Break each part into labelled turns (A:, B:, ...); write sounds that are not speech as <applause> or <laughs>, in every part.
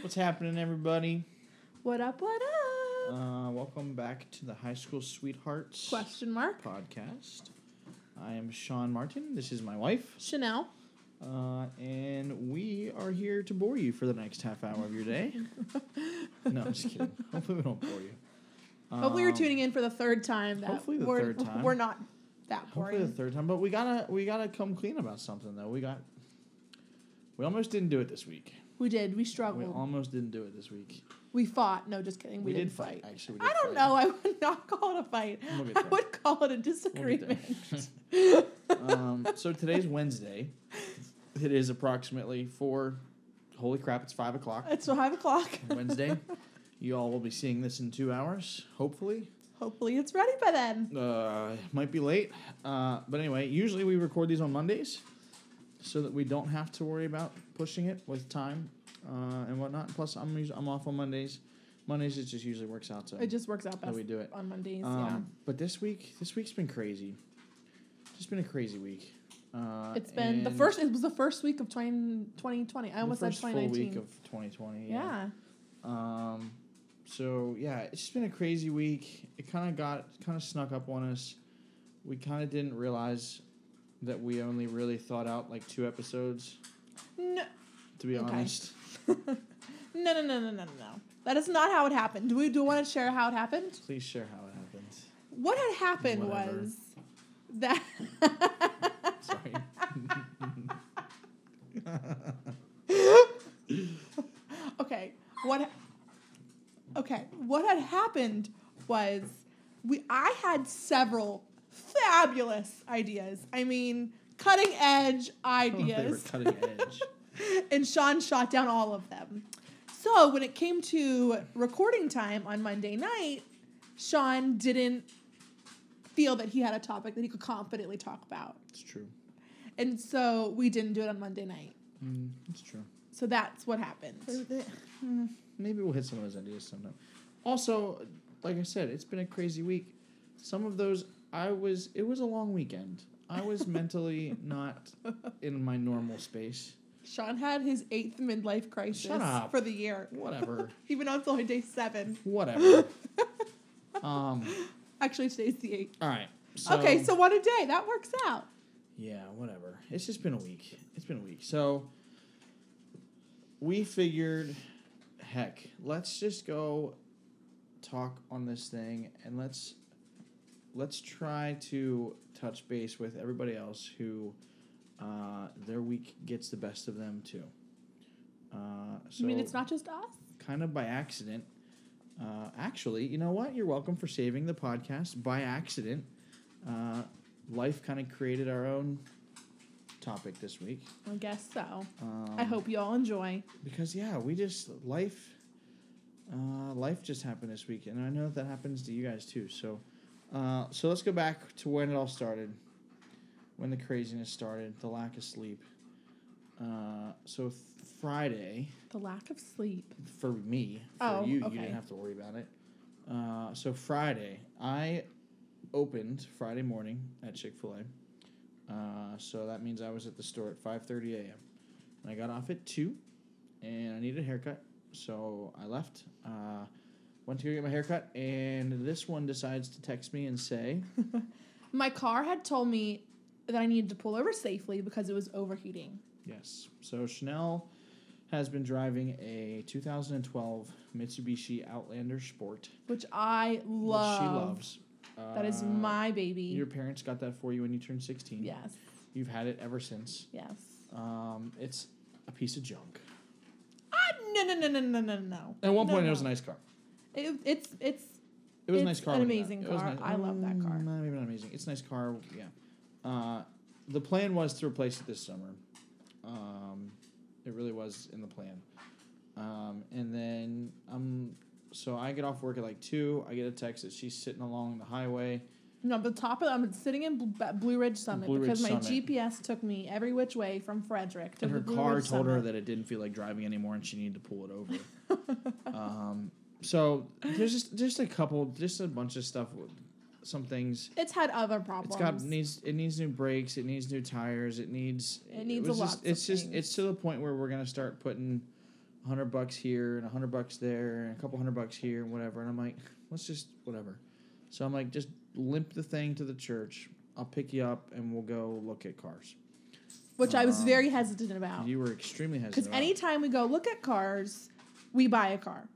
A: What's happening, everybody?
B: What up, what up?
A: Uh, welcome back to the High School Sweethearts
B: Question mark.
A: podcast. I am Sean Martin. This is my wife,
B: Chanel.
A: uh, and we are here to bore you for the next half hour of your day. <laughs> no, I'm just kidding. <laughs> Hopefully, we don't bore you.
B: hopefully you're
A: Um,
B: tuning in for the third time. That
A: hopefully the
B: we're,
A: third time.
B: <laughs> We're not that
A: Hopefully, the
B: boring.
A: third time. But we gotta we gotta come clean about something though. We got we almost didn't do it this week.
B: we did. We
A: We
B: struggled. We,
A: almost didn't do it this week.
B: fought. No, just kidding. Uh, We, didn't fight.
A: Actually, we did
B: I
A: fight.
B: don't know. I would <laughs> not call it a fight.
A: We'll get
B: I
A: there.
B: would call it a
A: We'll get there.
B: disagreement.
A: <laughs> um, so today's Wednesday. It is approximately four. Holy crap! It's five o'clock
B: it's five o'clock.
A: Wednesday. You all will be seeing this in two hours, hopefully.
B: Hopefully it's ready by then.
A: Uh, might be late, uh, but anyway. Usually we record these on Mondays, so that we don't have to worry about pushing it with time uh, and whatnot. Plus, I'm usu- I'm off on Mondays. Mondays it just usually works out so
B: It just works out
A: that
B: best
A: we do it.
B: on Mondays.
A: Um, but this week, this week's been crazy. It's been a crazy week. Uh,
B: yeah. It's been the
A: and-
B: first. It was the first week of 20, 2020. I
A: the
B: almost said
A: first full
B: 2019.
A: week of 2020.
B: yeah.
A: Um, so yeah, it's just been a crazy week. It kind of got kind of snuck up on us. We kind of didn't realize that we only really thought out like two episodes.
B: No,
A: To be
B: Okay.
A: honest,
B: <laughs> no, no, no, no, no, no. That is not how it happened. Do we do want to share how it happened?
A: please share how it happened.
B: What had happened
A: Whatever.
B: was that <laughs>
A: Sorry. <laughs>
B: okay. What okay? What had happened was we I had several fabulous ideas. I mean, cutting
A: <laughs>
B: edge
A: Oh, they were
B: ideas.
A: cutting edge.
B: and Sean shot down all of them. So when it came to recording time on Monday night, Sean didn't feel that he had a topic that he could confidently talk about.
A: It's true.
B: And so we didn't do it on Monday night.
A: Mm, it's true.
B: So that's what happened.
A: Maybe we'll hit some of those ideas sometime. Also, like I said, it's been a crazy week. Some of those, I was. It was a long weekend. I was mentally not in my normal space.
B: Sean had his eighth midlife crisis
A: Shut up.
B: for the year, <laughs>
A: Whatever.
B: even though it's only day seven.
A: Whatever. Um.
B: Actually, today's the eighth.
A: All right. So,
B: okay, so what a day. That works out.
A: Yeah, whatever. It's just been a week. It's been a week. So we figured, heck, let's just go talk on this thing and let's let's try to touch base with everybody else who uh, their week gets the best of them too. Uh, so
B: I mean, it's not just us.
A: kind of by accident. Uh, actually, you know what? You're welcome for saving the podcast by accident. Uh, life kind of created our own topic this week.
B: I guess so.
A: Um,
B: I hope you all enjoy.
A: because yeah, we just life, uh, life just happened this week, and I know that happens to you guys too. So, uh, so let's go back to when it all started, when the craziness started, the lack of sleep. Uh, so th- Friday,
B: The lack of sleep.
A: for me. For
B: Oh,
A: you,
B: okay.
A: you didn't have to worry about it. Uh, so Friday, I opened Friday morning at Chick Fil A. Uh, so that means I was at the store at five thirty a.m. And I got off at two, and I needed a haircut, so I left. Uh, went to go get my haircut, and this one decides to text me and say,
B: My car had told me that I needed to pull over safely because it was overheating.
A: "Yes." So Chanel has been driving a 2012 Mitsubishi Outlander Sport.
B: Which I
A: which
B: love.
A: She loves.
B: That is
A: Uh,
B: my baby.
A: Your parents got that for you when you turned 16.
B: yes.
A: You've had it ever since.
B: Yes.
A: Um, it's a piece of junk.
B: I, no no no no no no no.
A: At one
B: No,
A: point,
B: no.
A: it was a nice car.
B: It, it's it's
A: It was
B: It's
A: a nice car.
B: an
A: when you got
B: amazing
A: it. It was
B: car. I love that car.
A: Mm, nah, maybe not amazing. It's a nice car. Yeah. Uh, the plan was to replace it this summer. Um, it really was in the plan. Um, and then um, so I get off work at like two. I get a text that she's sitting along the highway.
B: no but the top of I'm sitting in Bl- Ba- Blue Ridge Summit
A: Blue Ridge
B: because my
A: Summit.
B: GPS took me every which way from Frederick <laughs> to
A: and
B: the
A: her
B: Blue
A: car
B: Ridge
A: told her
B: Summit. <laughs>
A: that it didn't feel like driving anymore and she needed to pull it over um, So there's just just a couple, just a bunch of stuff. with Some things.
B: It's had other problems.
A: It's got needs. It needs new brakes. It needs new tires. It needs.
B: It needs
A: was
B: a lot
A: Just,
B: of
A: it's just.
B: things.
A: It's to the point where we're gonna start putting, a hundred bucks here and a hundred bucks there and a couple hundred bucks here and whatever. And I'm like, let's just whatever. So I'm like, just limp the thing to the church. I'll pick you up and we'll go look at cars.
B: which I was
A: Um,
B: very hesitant about.
A: You were extremely hesitant.
B: Because
A: about it.
B: anytime we go look at cars, we buy a car.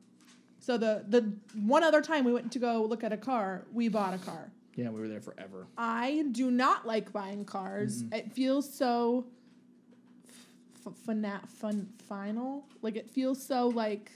B: So the the one other time we went to go look at a car, we bought a car.
A: Yeah, we were there forever.
B: I do not like buying cars. It feels so f- f- fina- fun final. Like it feels so like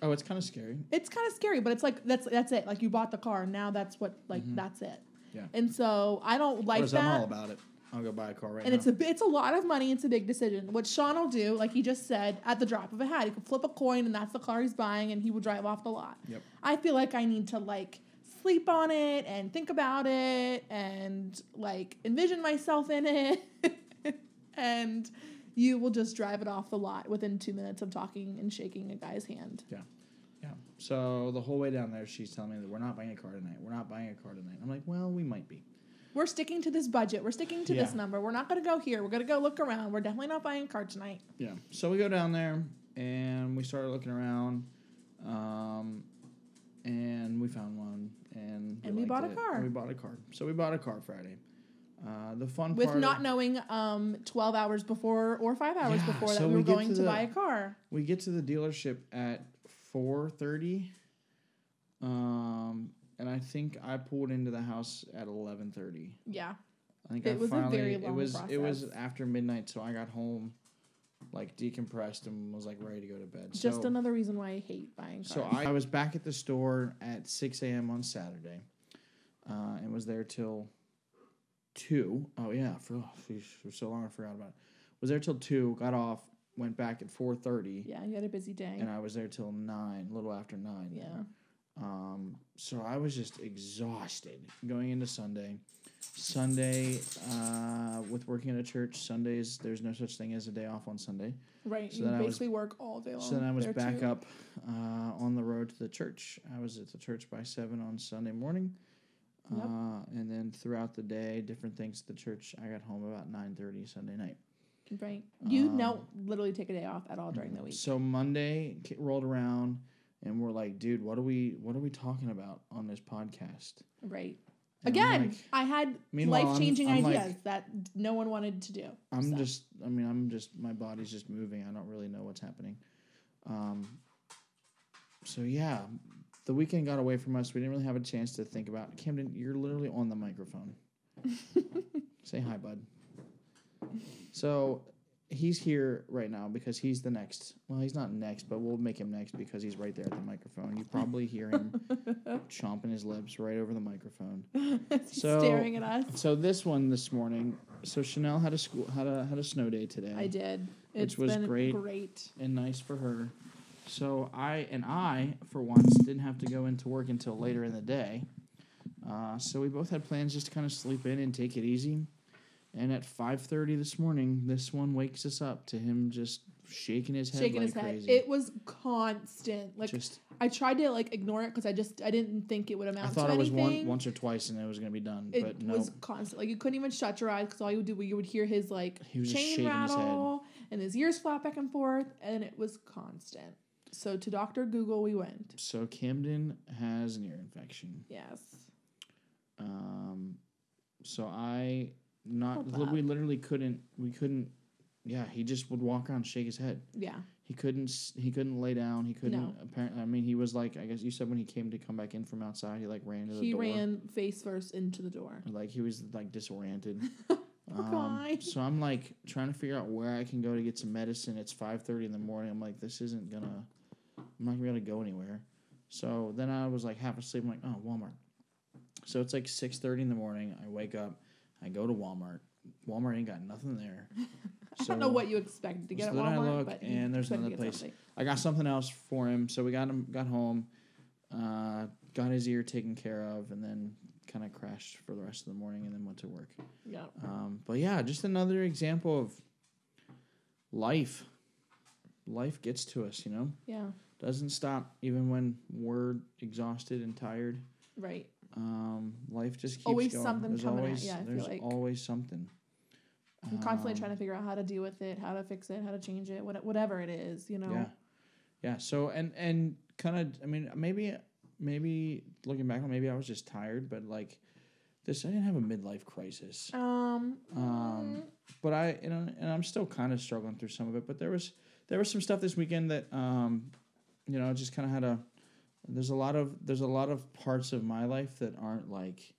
A: Oh, it's kind of scary.
B: it's kind of scary, but it's like that's that's it. Like you bought the car, now that's what like
A: Mhm.
B: that's it.
A: Yeah.
B: And so I don't like
A: Whereas
B: that.
A: I'm all about it. I'll go buy a car right
B: and
A: now.
B: it's a bi- it's a lot of money. It's a big decision. What Sean will do, like he just said, at the drop of a hat, he could flip a coin, and that's the car he's buying, and he will drive off the lot.
A: Yep.
B: I feel like I need to like sleep on it and think about it and like envision myself in it, <laughs> and you will just drive it off the lot within two minutes of talking and shaking a guy's hand.
A: Yeah. So the whole way down there, she's telling me that we're not buying a car tonight. We're not buying a car tonight. I'm like, well, we might be.
B: We're sticking to this budget. We're sticking to this
A: Yeah.
B: number. We're not gonna go here. We're gonna go look around. We're definitely not buying a car tonight.
A: Yeah. So we go down there and we started looking around, um, and we found one and
B: And we
A: liked
B: bought a
A: it,
B: car.
A: And we bought a car. So we bought a car Friday. Uh, the fun
B: with
A: part
B: not
A: of-
B: knowing um 12 hours before or 5 hours
A: Yeah,
B: before
A: so
B: that we were
A: we get
B: going to,
A: to the-
B: buy a car
A: we get to the dealership at four thirty. Um, and I think I pulled into the house at eleven thirty.
B: yeah
A: I think
B: It
A: I
B: was a
A: finally,
B: very
A: it
B: long
A: was it was
B: process.
A: after midnight, so I got home, like decompressed and was like ready to go to bed.
B: just
A: so,
B: another reason why i hate buying cars
A: so I, I was back at the store at six a.m. on Saturday, uh, and was there till two. Oh yeah, for, oh, geez, for so long I forgot about it. Was there till two. Got off, went back at four thirty,
B: yeah you had a busy day
A: and I was there till nine, a little after nine.
B: yeah
A: Um, so I was just exhausted going into Sunday. Sunday, uh, with working at a church, Sundays there's no such thing as a day off on Sunday.
B: right
A: so
B: you
A: then I was-
B: basically work all day long
A: so then I was
B: There
A: back
B: too.
A: up uh, on the road to the church. I was at the church by seven on Sunday morning,
B: Yep.
A: uh, and then throughout the day, different things at the church. I got home about nine thirty Sunday night.
B: right you
A: Um, Mm,
B: don't literally take a day off at all during the week
A: So Monday ca- rolled around, and we're like, dude, what are we what are we talking about on this podcast?
B: right
A: And I'm
B: again
A: like-
B: i had
A: Meanwhile, I'm-
B: life-changing
A: I'm like-
B: ideas that no one wanted to do <laughs>
A: I'm
B: So,
A: just. I mean, I'm just. My body's just moving. I don't really know what's happening. Um. So yeah, the weekend got away from us. We didn't really have a chance to think about. Camden, you're literally on the
B: <laughs>
A: microphone. Say hi, bud. So he's here right now because he's the next. Well, he's not next, but we'll make him next because he's right there at the microphone. You probably hear
B: <laughs>
A: him chomping his lips right over the microphone. So-
B: staring at us
A: So this one this morning. So Chanel had a school had a had a snow day today.
B: i did
A: Which
B: It's
A: was
B: been
A: great.
B: great
A: and nice for her. So I and I, for once, didn't have to go into work until later in the day. Uh, so we both had plans just to kind of sleep in and take it easy. And at five thirty this morning, this one wakes us up to him just shaking his head
B: shaking
A: like
B: his head
A: crazy.
B: it was constant like
A: just
B: I tried to like ignore it because I just I didn't think it would
A: I
B: amount
A: thought
B: to
A: it was
B: anything.
A: one, once or twice and it was gonna be done,
B: it
A: but no.
B: was constant. Like you couldn't even shut your eyes because all you would do you would hear his like
A: He was just
B: chain
A: shaking his head.
B: rattle and his ears flap back and forth, and it was constant. So to Doctor Google we went.
A: so Camden has an ear infection.
B: Yes,
A: Um, so I not
B: Hold up.
A: we literally couldn't we couldn't. Yeah, he just would walk around, shake his head.
B: yeah,
A: He couldn't. s- He couldn't lay down. He couldn't.
B: No.
A: Apparently, I mean, he was like. I guess you said when he came to come back in from outside, he like ran into the
B: he
A: door.
B: ran face first into the door.
A: Like he was like
B: <laughs>
A: disoriented. Um,
B: Poor guy.
A: So I'm like trying to figure out where I can go to get some medicine. It's five thirty in the morning. I'm like, this isn't gonna. I'm not gonna be able to go anywhere. So then I was like half asleep. I'm like, oh, Walmart. So it's like six thirty in the morning. I wake up. I go to Walmart. Walmart ain't got nothing there.
B: <laughs> I don't know what you expected to get
A: so
B: at
A: then I
B: Walmart,
A: look,
B: but you
A: and there's
B: expected to
A: another
B: get
A: place.
B: something.
A: I got something else for him. So we got him got home, uh, got his ear taken care of, and then kind of crashed for the rest of the morning, and then went to work.
B: Yeah,
A: Um, but yeah, just another example of life. Life gets to us, you know.
B: yeah.
A: doesn't stop even when we're exhausted and tired.
B: Right.
A: Um, life just keeps
B: Always
A: going.
B: something
A: there's
B: coming at
A: always,
B: ya, I feel
A: There's
B: like.
A: always something.
B: I'm constantly
A: Um,
B: trying to figure out how to deal with it, how to fix it, how to change it, what, whatever it is, you know.
A: Yeah. Yeah. So and and kind of I mean maybe maybe looking back on maybe I was just tired, but like this I didn't have a midlife crisis.
B: Um,
A: Um, But I and, I- and I'm still kind of struggling through some of it. But there was there was some stuff this weekend that um you know just kind of had a there's a lot of there's a lot of parts of my life that aren't like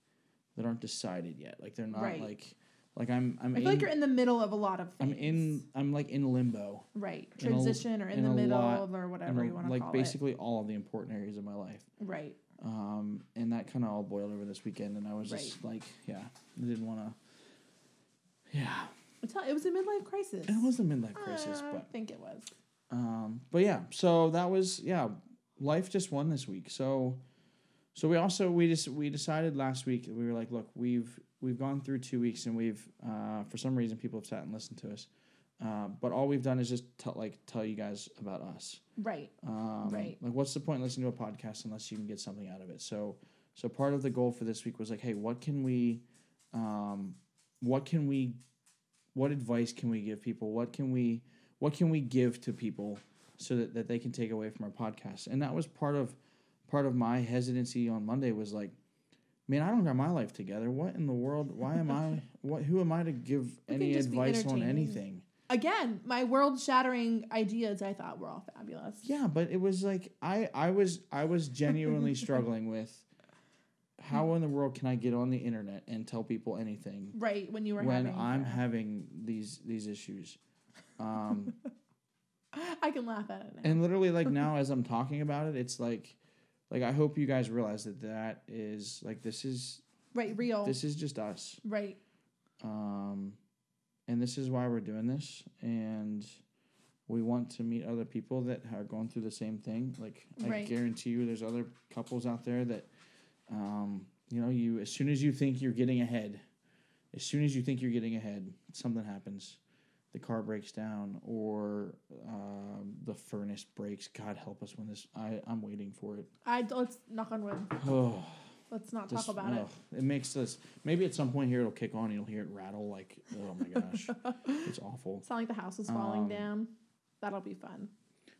A: that aren't decided yet. Like they're not
B: Right.
A: like like I'm I'm
B: I feel
A: in,
B: like you're in the middle of a lot of
A: I'm
B: things.
A: in I'm like in limbo.
B: right
A: in a-
B: transition or in,
A: in
B: the
A: a
B: middle
A: lot-
B: of or
A: in
B: whatever
A: a-
B: you want to
A: like
B: call
A: basically all of the important areas of my life.
B: it. Right.
A: um, and that kind of all boiled over this weekend, and I was just like, yeah, I didn't want to. Yeah,
B: It's how- It was a midlife crisis. Uh,
A: it was a midlife crisis,
B: I
A: but
B: think it was.
A: um, but yeah, so that was yeah, life just won this week. So, so we also we just we decided last week that we were like, look, we've we've gone through two weeks, and we've uh, for some reason people have sat and listened to us, uh, but all we've done is just tell like tell you guys about us.
B: Right.
A: Um,
B: Right.
A: Like, what's the point in listening to a podcast unless you can get something out of it? So, so part of the goal for this week was like, hey, what can we, um, what can we, what advice can we give people? What can we, what can we give to people so that, that they can take away from our podcast? And that was part of, part of my hesitancy on Monday was like, man, I don't got my life together. What in the world? Why am
B: <laughs>
A: I? What? Who am I to give
B: We can
A: any
B: just be
A: advice on
B: entertaining.
A: anything?
B: Again, my world shattering ideas I thought were all fabulous.
A: Yeah, but it was like I I was I was
B: <laughs>
A: genuinely struggling with how in the world can I get on the internet and tell people anything
B: Right when you were
A: when
B: having
A: I'm
B: the-
A: having these these issues. Um
B: <laughs> I can laugh at it now.
A: and literally like now as I'm talking about it, it's like like I hope you guys realize that that is like this is
B: right, real.
A: this is just us.
B: right.
A: um, and this is why we're doing this and we want to meet other people that are going through the same thing like i
B: Right.
A: guarantee you there's other couples out there that um, you know you as soon as you think you're getting ahead as soon as you think you're getting ahead something happens the car breaks down or um, the furnace breaks god help us when this I, i'm waiting for it
B: I let's knock on wood.
A: oh
B: Let's not
A: this-
B: talk about it.
A: ugh, It makes this. Maybe at some point here it'll kick on. and You'll hear it rattle. Like oh my gosh,
B: <laughs>
A: it's awful.
B: It's not like the house is falling
A: Um,
B: down. That'll be fun.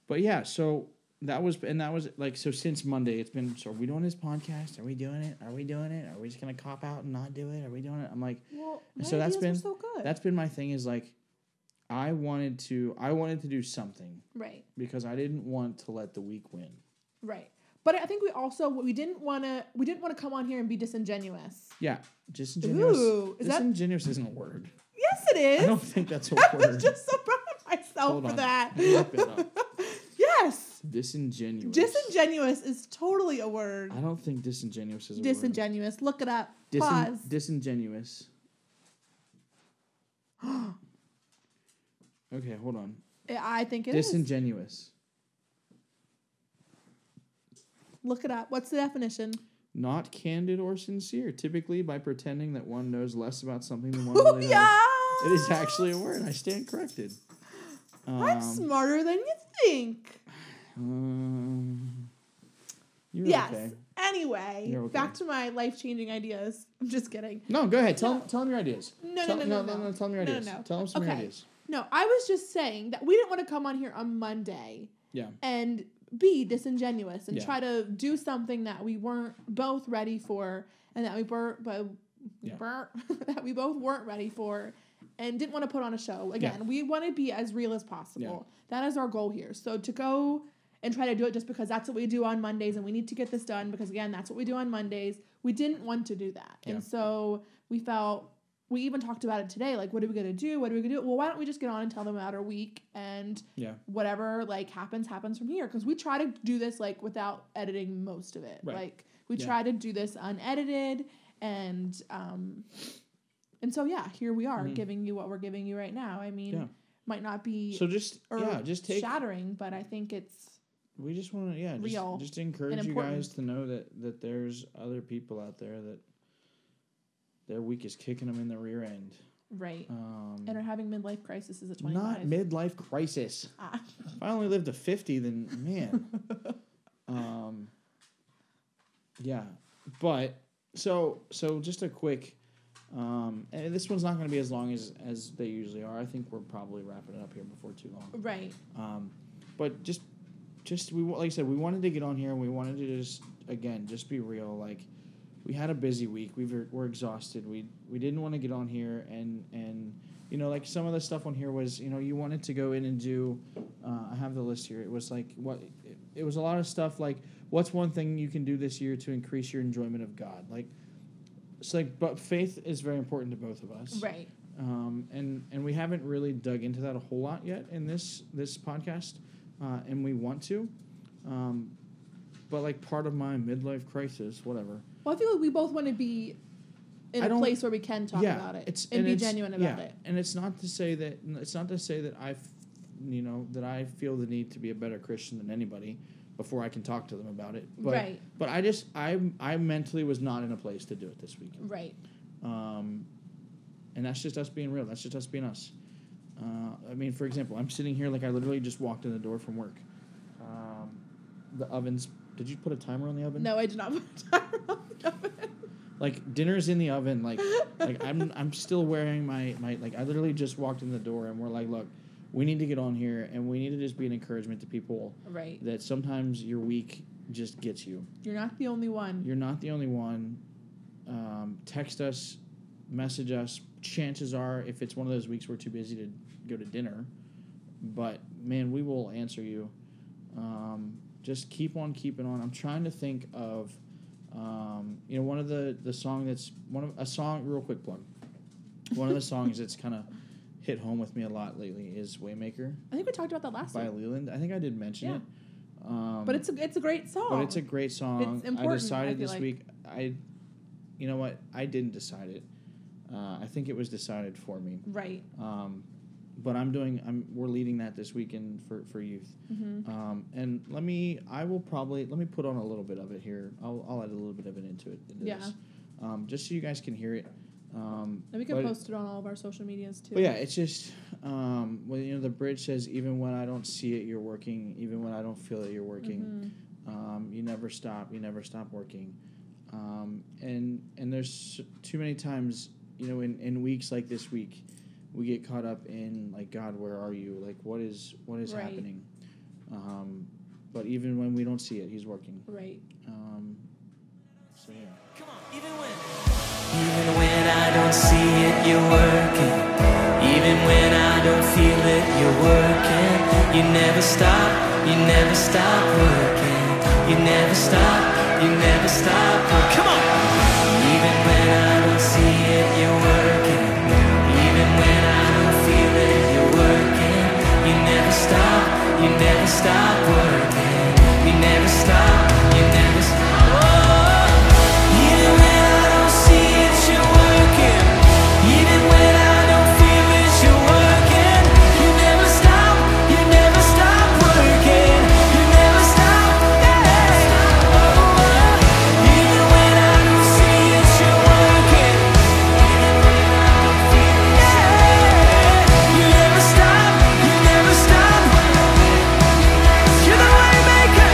A: But yeah, so that was and that was like so since Monday it's been. So are we doing this podcast? Are we doing it? Are we doing it? Are we just gonna cop out and not do it? Are we doing it? I'm like
B: Well,
A: and
B: my
A: so that's
B: ideas were
A: been-
B: so good.
A: that's been my thing is like, I wanted to I wanted to do something
B: right,
A: because I didn't want to let the week win.
B: right. But I think we also we didn't want to we didn't want to come on here and be disingenuous.
A: Yeah, disingenuous.
B: Ooh, is that-
A: disingenuous isn't a word.
B: Yes, it is.
A: I don't think that's a
B: <laughs> I
A: word.
B: was just so proud of myself
A: Hold
B: for
A: on. Look it
B: that.
A: up.
B: <laughs> yes,
A: Disingenuous.
B: disingenuous is totally a word.
A: I don't think disingenuous is a word.
B: Disingenuous. Look it up.
A: Disin-
B: Pause.
A: Disingenuous. <gasps> okay, hold on.
B: I I think it is.
A: disingenuous.
B: Look it up. What's the definition?
A: Not candid or sincere, typically by pretending that one knows less about something
B: <laughs>
A: than one
B: Oh
A: really knows.
B: yeah.
A: It is actually a word. I stand corrected.
B: I'm
A: Um,
B: smarter than you think.
A: um, you're
B: yes.
A: okay.
B: Anyway,
A: You're okay.
B: back to my life changing ideas. I'm just kidding.
A: No, go ahead. Tell,
B: No.
A: him tell him your ideas.
B: No,
A: tell,
B: no, no, no,
A: no,
B: no.
A: Tell him your
B: No, no,
A: ideas.
B: no.
A: Tell him some of your
B: Okay.
A: ideas.
B: No, I was just saying that we didn't want to come on here on Monday
A: Yeah.
B: and be disingenuous and
A: Yeah.
B: try to do something that we weren't both ready for and that we weren't bo- <laughs>
A: Yeah.
B: burnt, that we both weren't ready for and didn't want to put on a show again we want to be as real as possible that is our goal here so to go and try to do it just because that's what we do on mondays and we need to get this done because again that's what we do on mondays we didn't want to do that
A: Yeah.
B: and so we felt we even talked about it today like what are we going to do what are we going to do well why don't we just get on and tell them about our week and
A: Yeah.
B: whatever like happens happens from here because we try to do this like without editing most of it
A: Right.
B: like we
A: Yeah.
B: try to do this unedited and um and so yeah here we are
A: Mhm.
B: giving you what we're giving you right now i mean
A: Yeah.
B: might not be
A: So just
B: or
A: yeah, just take
B: shattering but i think it's
A: we just want to yeah just-
B: real
A: just, encourage you
B: important.
A: guys to know that that there's other people out there that their week is kicking them in the rear end
B: Right.
A: Um,
B: and are having midlife crisis is at 25.
A: not
B: <laughs>
A: midlife crisis.
B: Ah.
A: If I only lived to 50, then man.
B: <laughs>
A: um, yeah. But so so just a quick um and this one's not going to be as long as as they usually are. I think we're probably wrapping it up here before too long.
B: Right.
A: Um but just just we wa- like I said we wanted to get on here and we wanted to just again just be real like we had a busy week. We were we're exhausted. We we didn't want to get on here and and you know like some of the stuff on here was you know you wanted to go in and do. Uh, I have the list here. It was like what it, it was a lot of stuff like what's one thing you can do this year to increase your enjoyment of God like. It's like, but faith is very important to both of us,
B: Right.
A: um, and and we haven't really dug into that a whole lot yet in this this podcast, uh, and we want to, um, but like part of my midlife crisis, whatever,
B: Well, I feel like we both want to be in
A: I
B: a
A: don't-
B: place where we can talk about it
A: It's,
B: and, be
A: it's-
B: genuine about
A: yeah,
B: it.
A: And it's not to say that it's not to say that I, f- you know, that I feel the need to be a better Christian than anybody before I can talk to them about it. But,
B: Right.
A: But I just I I mentally was not in a place to do it this week.
B: Right.
A: Um, and that's just us being real. That's just us being us. Uh, I mean, for example, I'm sitting here like I literally just walked in the door from work. Um, the ovens. Did you put a timer on the oven?
B: No, I did not put a timer <laughs> on the oven.
A: Like dinner's in the oven. Like like I'm I'm still wearing my my like I literally just walked in the door and we're like, look, we need to get on here and we need to just be an encouragement to people
B: <laughs> Right.
A: that sometimes your week just gets you.
B: You're not the only one.
A: You're not the only one. Um, text us, message us. Chances are, if it's one of those weeks we're too busy to go to dinner, but man, we will answer you. Um, just keep on keeping on. I'm trying to think of, um, you know, one of the the song that's one of a song. Real quick plug. One of the songs
B: <laughs>
A: that's kind of hit home with me a lot lately is Waymaker
B: I think we talked about that last
A: by
B: time.
A: Leland. I think I did mention
B: Yeah.
A: it. Um,
B: But it's a, it's a great song.
A: but it's a great song.
B: Oh, It's important,
A: I
B: I
A: decided
B: feel
A: this
B: like.
A: week. I, you know what? I didn't decide it. Uh, I think it was decided for me.
B: right.
A: Um, but I'm doing. I'm we're leading that this weekend for for youth.
B: hmm
A: Um, and let me. I will probably let me put on a little bit of it here. I'll I'll add a little bit of it into it. Into
B: Yeah.
A: This. Um, just so you guys can hear it. Um,
B: And we can
A: but-
B: post it on all of our social medias too.
A: but yeah, it's just um, well, you know, the bridge says, "Even when I don't see it, you're working. Even when I don't feel it, you're working."
B: Mhm.
A: Um, you never stop. You never stop working. Um, and and there's too many times, you know, in, in weeks like this week, we get caught up in like God, where are you? Like, what is what is
B: Right.
A: happening? Um, but even when we don't see it, He's working.
B: Right. <laughs>
A: Um, so yeah.
C: Even when I don't see it, you're working. Even when I don't feel it, you're working. You never stop, you never stop working. You never stop, you never stop working. Come on! Even when I don't see it, you're working. Even when I don't feel it, you're working. You never stop, you never stop working. You never stop, you never stop. Whoa. Even when I don't see it, you're working. Even when I don't feel it, you're working. You never stop. You never stop working. You never stop. Even when I don't see it, you're working. You never stop. You never stop. You're the waymaker.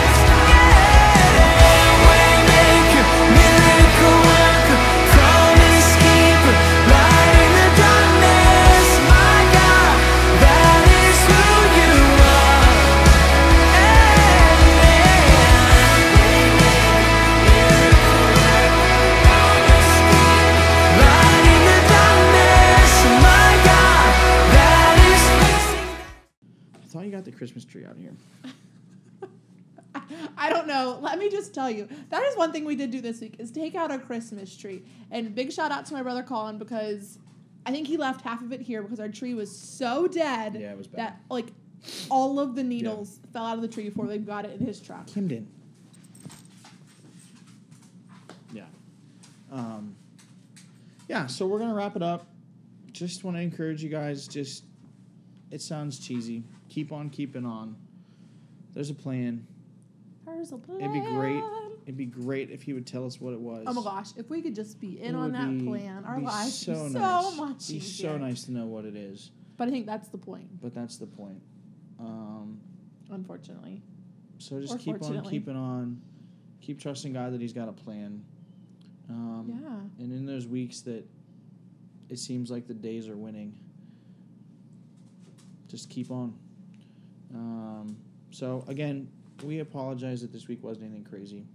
C: Waymaker, miracle worker, promise keeper, light in the darkness, my God, that is who you are. Light in the darkness, my God, that is.
A: I thought you got the Christmas tree out here.
B: I, I don't know. Let me just tell you. That is one thing we did do this week is take out our Christmas tree. And big shout out to my brother Colin because I think he left half of it here because our tree was so dead
A: Yeah, it was bad.
B: that like all of the needles fell out of the tree before they got it in his truck.
A: Camden. Yeah. Um, yeah, so we're going to wrap it up. Just want to encourage you guys, just, it sounds cheesy. Keep on keeping on. There's a plan.
B: There's a
A: It'd be great
B: plan.
A: It'd be great if he would tell us what it was.
B: Oh my gosh, if we could just be in
A: It
B: on
A: would
B: that
A: be-
B: plan, our
A: be
B: lives would be so
A: nice.
B: much
A: Be
B: easier.
A: so nice to know what it is,
B: But I think that's the point,
A: but that's the point. Um,
B: unfortunately.
A: so just
B: Or
A: keep on
B: fortunately.
A: keeping on, keep trusting God that He's got a plan. Um,
B: yeah.
A: And in those weeks that it seems like the days are winning, just keep on. Um, so, again, we apologize that this week wasn't anything crazy.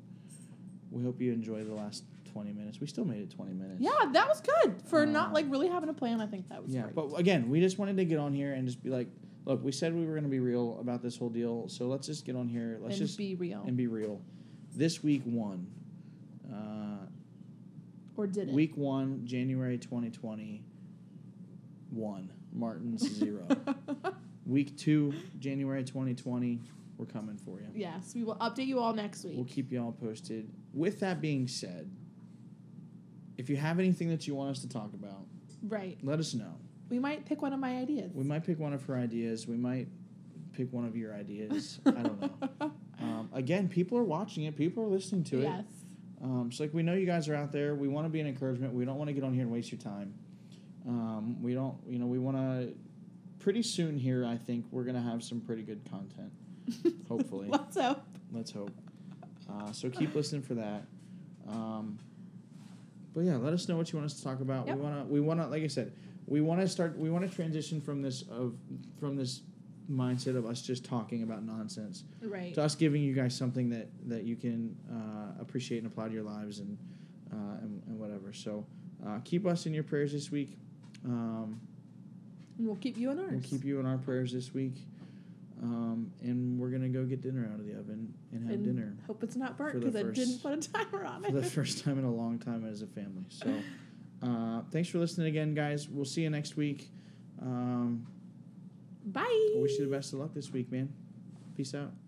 A: We hope you enjoy the last 20 minutes. We still made it 20 minutes.
B: Yeah, that was good for not
A: Um,
B: like really having a plan. I think that was
A: Yeah,
B: great.
A: but again, we just wanted to get on here and just be like, look, we said we were going to be real about this whole deal, so let's just get on here. Let's
B: and
A: just
B: be real
A: and be real. This week one, uh,
B: or did it?
A: Week <laughs> one, January 2020, one.
B: <laughs>
A: Martin's zero. Week two, January 2020, we're coming for you.
B: yes, we will update you all next week.
A: We'll keep you all posted. With that being said, if you have anything that you want us to talk about,
B: Right.
A: let us know.
B: We might pick one of my ideas.
A: We might pick one of her ideas. We might pick one of your ideas. I don't
B: <laughs>
A: know. Um, again, people are watching it. People are listening to it.
B: yes. <laughs>
A: Um, so like we know you guys are out there. We want to be an encouragement. We don't want to get on here and waste your time. Um, we don't, you know, we want to. Pretty soon here, I think we're gonna have some pretty good content. Hopefully,
B: Let's hope.
A: let's hope. Uh, so keep listening for that. Um, but yeah, let us know what you want us to talk about.
B: Yep.
A: We wanna, we wanna, like I said, we wanna start. We wanna transition from this of from this mindset of us just talking about nonsense
B: Right.
A: to us giving you guys something that that you can uh, appreciate and apply to your lives and uh, and, and whatever. So uh, keep us in your prayers this week. Um,
B: And we'll keep you in ours.
A: we'll keep you in our prayers this week, um, and we're gonna go get dinner out of the oven and have
B: And
A: dinner
B: Hope it's not burnt
A: for the
B: because I
A: first-
B: didn't put a <laughs> timer on
A: for the <laughs>
B: it.
A: first time in a long time as a family. So uh, thanks for listening again, guys. We'll see you next week. Um,
B: Bye.
A: wish you the best of luck this week, man. Peace out.